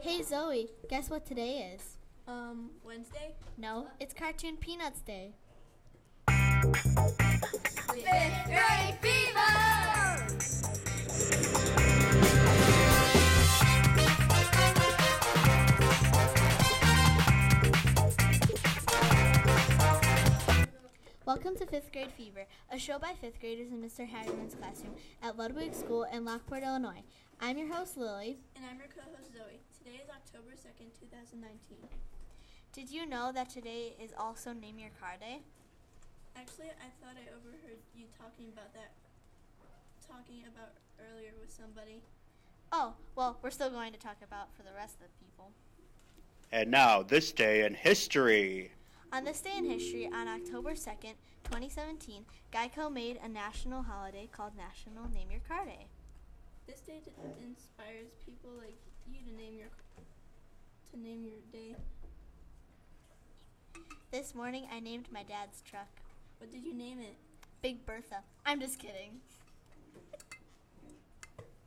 Hey Zoe, guess what today is? Um, Wednesday? No, it's Cartoon Peanuts Day. Fifth grade fever! Welcome to Fifth Grade Fever, a show by fifth graders in Mr. Hagerman's classroom at Ludwig School in Lockport, Illinois. I'm your host, Lily. And I'm your co-host Zoe. Today is October 2nd, 2019. Did you know that today is also Name Your Car Day? Actually, I thought I overheard you talking about that, talking about earlier with somebody. Oh, well, we're still going to talk about for the rest of the people. And now, this day in history. On this day in history, on October 2nd, 2017, Geico made a national holiday called National Name Your Car Day. This day d- inspires people like you to name your, to name your day. This morning, I named my dad's truck What did you name it? Big Bertha. I'm just kidding.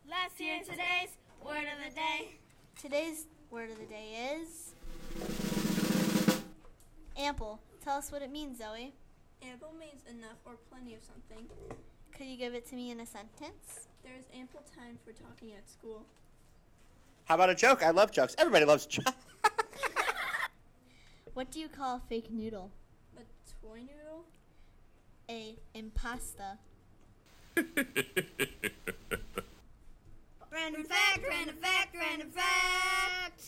Let's hear today's word of the day. Today's word of the day is ample. Tell us what it means, Zoe. Ample means enough or plenty of something. Could you give it to me in a sentence? There is ample time for talking at school. How about a joke? I love jokes. Everybody loves jokes. What do you call a fake noodle? A toy noodle? A impasta. Random fact, random fact, random fact.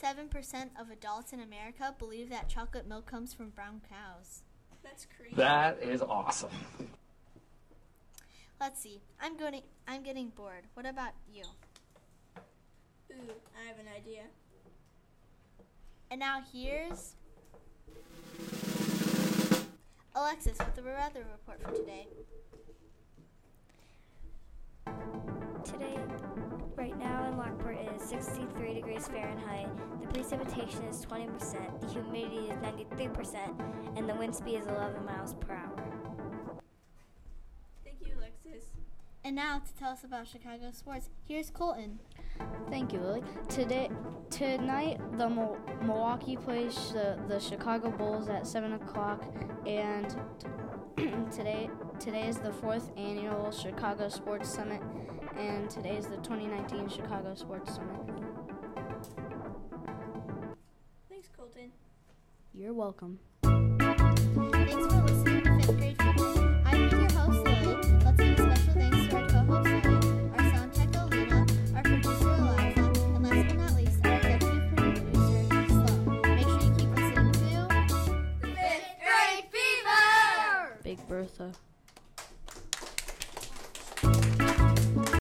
7% of adults in America believe that chocolate milk comes from brown cows. That's crazy. That is awesome. Let's see. I'm going I'm getting bored. What about you? Ooh, I have an idea. And now here's Alexis with the weather report for today. Today, right now in Lockport, it is 63 degrees Fahrenheit. The precipitation is 20%, the humidity is 93%, and the wind speed is 11 miles per hour. Thank you, Alexis. And now to tell us about Chicago sports, here's Colton. Thank you, Lily. Today, tonight, the Mil- Milwaukee plays the, the Chicago Bulls at seven o'clock, and t- today today is the fourth annual Chicago Sports Summit, and today is the 2019 Chicago Sports Summit. Thanks, Colton. You're welcome. Thanks for listening to Fifth Grade Fever. I'm your host, Lily. Let's give special thanks to our co-host, Zoe, our sound tech, Alina, our producer, Eliza, and last but not least, our executive producer, Sloan. Make sure you keep listening to Fifth grade fever! Big Bertha.